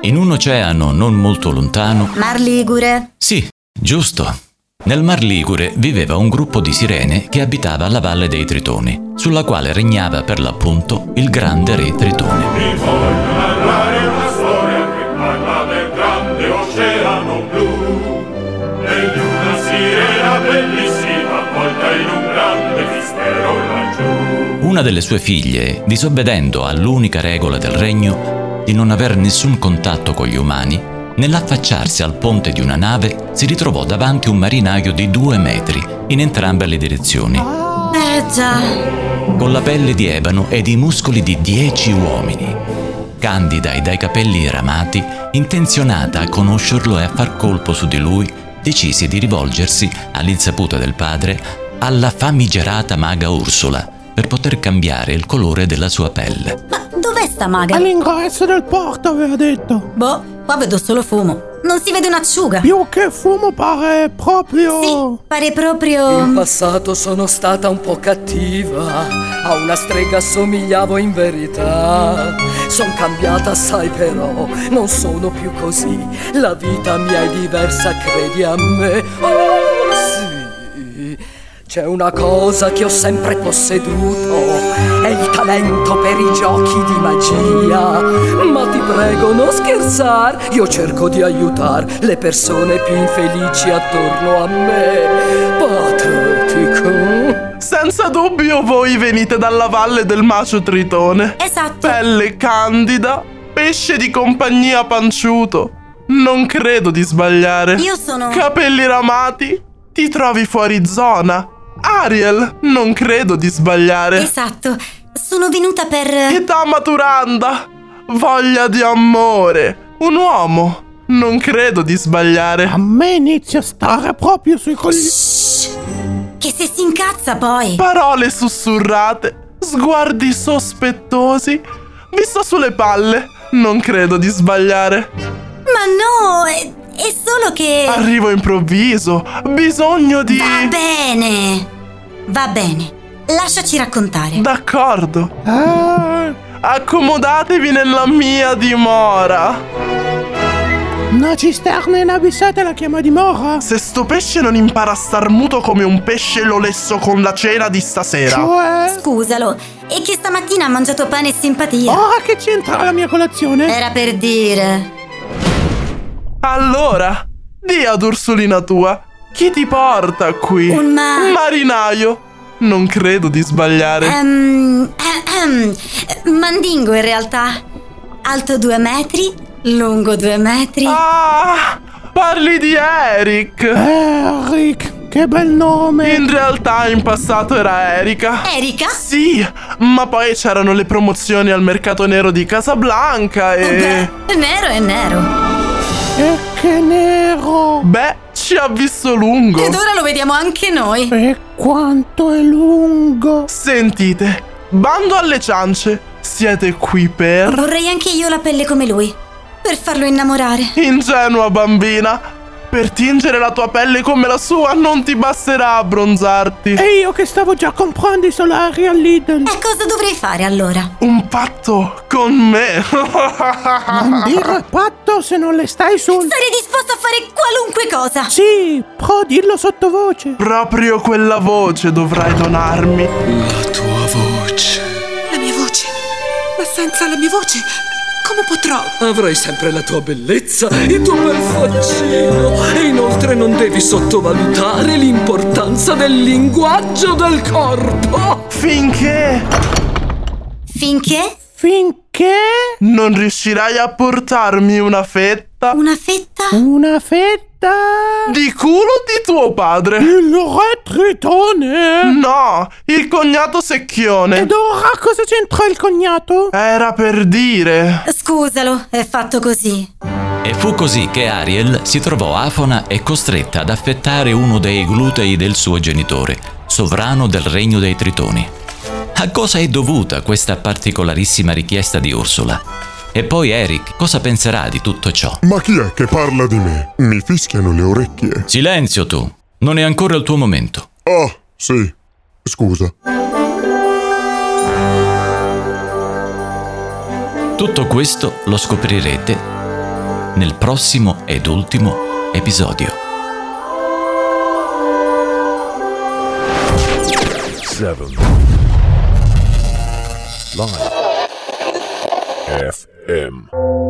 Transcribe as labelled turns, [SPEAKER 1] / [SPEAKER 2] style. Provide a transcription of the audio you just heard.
[SPEAKER 1] In un oceano non molto lontano.
[SPEAKER 2] Mar Ligure.
[SPEAKER 1] Sì, giusto. Nel Mar Ligure viveva un gruppo di sirene che abitava la valle dei Tritoni, sulla quale regnava per l'appunto il grande re Tritone.
[SPEAKER 3] Vi voglio narrare una storia che parla del grande oceano blu e di una sirena bellissima avvolta in un grande mistero laggiù.
[SPEAKER 1] Una delle sue figlie, disobbedendo all'unica regola del regno di non aver nessun contatto con gli umani, nell'affacciarsi al ponte di una nave si ritrovò davanti un marinaio di due metri in entrambe le direzioni,
[SPEAKER 2] Eh già.
[SPEAKER 1] con la pelle di ebano ed i muscoli di dieci uomini. Candida e dai capelli ramati, intenzionata a conoscerlo e a far colpo su di lui, decise di rivolgersi, all'insaputa del padre, alla famigerata maga Ursula per poter cambiare il colore della sua pelle.
[SPEAKER 2] Ma dov'è sta maga?
[SPEAKER 4] All'ingresso del porto aveva detto.
[SPEAKER 2] Boh, qua vedo solo fumo. Non si vede un'acciuga.
[SPEAKER 4] Più che fumo pare
[SPEAKER 2] Sì,
[SPEAKER 4] proprio...
[SPEAKER 2] pare proprio.
[SPEAKER 5] In passato sono stata un po' cattiva, a una strega somigliavo in verità. Son cambiata assai però, non sono più così, la vita mia è diversa, credi a me. Oh sì, c'è una cosa che ho sempre posseduto, è il talento per i giochi di magia. Ma ti prego non scherzar, io cerco di aiutare le persone più infelici attorno a me. Patetico.
[SPEAKER 4] Senza dubbio voi venite dalla valle del macio tritone.
[SPEAKER 2] Esatto.
[SPEAKER 4] Pelle candida, pesce di compagnia panciuto. Non credo di sbagliare.
[SPEAKER 2] Io sono.
[SPEAKER 4] Capelli ramati, ti trovi fuori zona. Ariel, non credo di sbagliare.
[SPEAKER 2] Esatto. Sono venuta per.
[SPEAKER 4] Età maturanda, voglia di amore, un uomo. Non credo di sbagliare.
[SPEAKER 6] A me inizia a stare proprio sui coglioni.
[SPEAKER 2] Che se si incazza poi.
[SPEAKER 4] Parole sussurrate, sguardi sospettosi. Vi sto sulle palle, non credo di sbagliare.
[SPEAKER 2] Ma no, è, è solo che.
[SPEAKER 4] Arrivo improvviso, bisogno di...
[SPEAKER 2] Va bene. Va bene. Lasciaci raccontare.
[SPEAKER 4] D'accordo.
[SPEAKER 6] Eh,
[SPEAKER 4] Accomodatevi nella mia dimora.
[SPEAKER 6] Una cisterna inabissata la chiama dimora.
[SPEAKER 4] Se sto pesce non impara a star muto come un pesce lo lesso con la cena di stasera.
[SPEAKER 6] Cioè,
[SPEAKER 2] Scusalo. E che stamattina ha mangiato pane e simpatia.
[SPEAKER 6] ora che c'entra la mia colazione?
[SPEAKER 2] Era per dire.
[SPEAKER 4] Allora, di ad Ursulina tua, chi ti porta qui?
[SPEAKER 2] Un ma-
[SPEAKER 4] Un marinaio. Non credo di sbagliare.
[SPEAKER 2] Ehm, ehm, mandingo in realtà. Alto due metri, lungo due metri.
[SPEAKER 4] Ah, parli di Eric.
[SPEAKER 6] Eric, che bel nome.
[SPEAKER 4] In realtà in passato era Erika.
[SPEAKER 2] Erika?
[SPEAKER 4] Sì, ma poi c'erano le promozioni al mercato nero di Casablanca e...
[SPEAKER 2] Beh, nero è nero.
[SPEAKER 6] E che nero.
[SPEAKER 4] Beh, ci ha visto lungo.
[SPEAKER 2] Ed ora lo vediamo anche noi.
[SPEAKER 6] E quanto è lungo.
[SPEAKER 4] Sentite, bando alle ciance, siete qui per...
[SPEAKER 2] Vorrei anche io la pelle come lui. Per farlo innamorare.
[SPEAKER 4] Ingenua bambina, per tingere la tua pelle come la sua non ti basterà abbronzarti.
[SPEAKER 6] E io che stavo già comprando i solari al Lidl.
[SPEAKER 2] E Eh, cosa dovrei fare allora?
[SPEAKER 4] Un patto con me.
[SPEAKER 6] Non dire patto se non le stai sul...
[SPEAKER 2] Sarei disposto a fare qualunque cosa.
[SPEAKER 6] Sì, però dillo sottovoce.
[SPEAKER 4] Proprio quella voce dovrai donarmi.
[SPEAKER 7] La mia voce. Ma senza la mia voce, come potrò?
[SPEAKER 5] Avrai sempre la tua bellezza, il tuo bel faccino e inoltre non devi sottovalutare l'importanza del linguaggio del corpo.
[SPEAKER 4] Finché
[SPEAKER 2] Finché
[SPEAKER 6] Finché
[SPEAKER 4] non riuscirai a portarmi una fetta
[SPEAKER 2] una fetta.
[SPEAKER 6] una fetta...
[SPEAKER 4] di culo di tuo padre.
[SPEAKER 6] Il re tritone.
[SPEAKER 4] No, il cognato secchione.
[SPEAKER 6] Ed ora cosa c'entra il cognato?
[SPEAKER 4] Era per dire.
[SPEAKER 2] Scusalo, è fatto così.
[SPEAKER 1] E fu così che Ariel si trovò afona e costretta ad affettare uno dei glutei del suo genitore, sovrano del regno dei Tritoni. A cosa è dovuta questa particolarissima richiesta di Ursula? E poi Eric cosa penserà di tutto ciò?
[SPEAKER 8] Ma chi è che parla di me? Mi fischiano le orecchie.
[SPEAKER 1] Silenzio tu! Non è ancora il tuo momento.
[SPEAKER 8] Ah, sì. Scusa.
[SPEAKER 1] Tutto questo lo scoprirete nel prossimo ed ultimo episodio.
[SPEAKER 9] seven. Live. FM.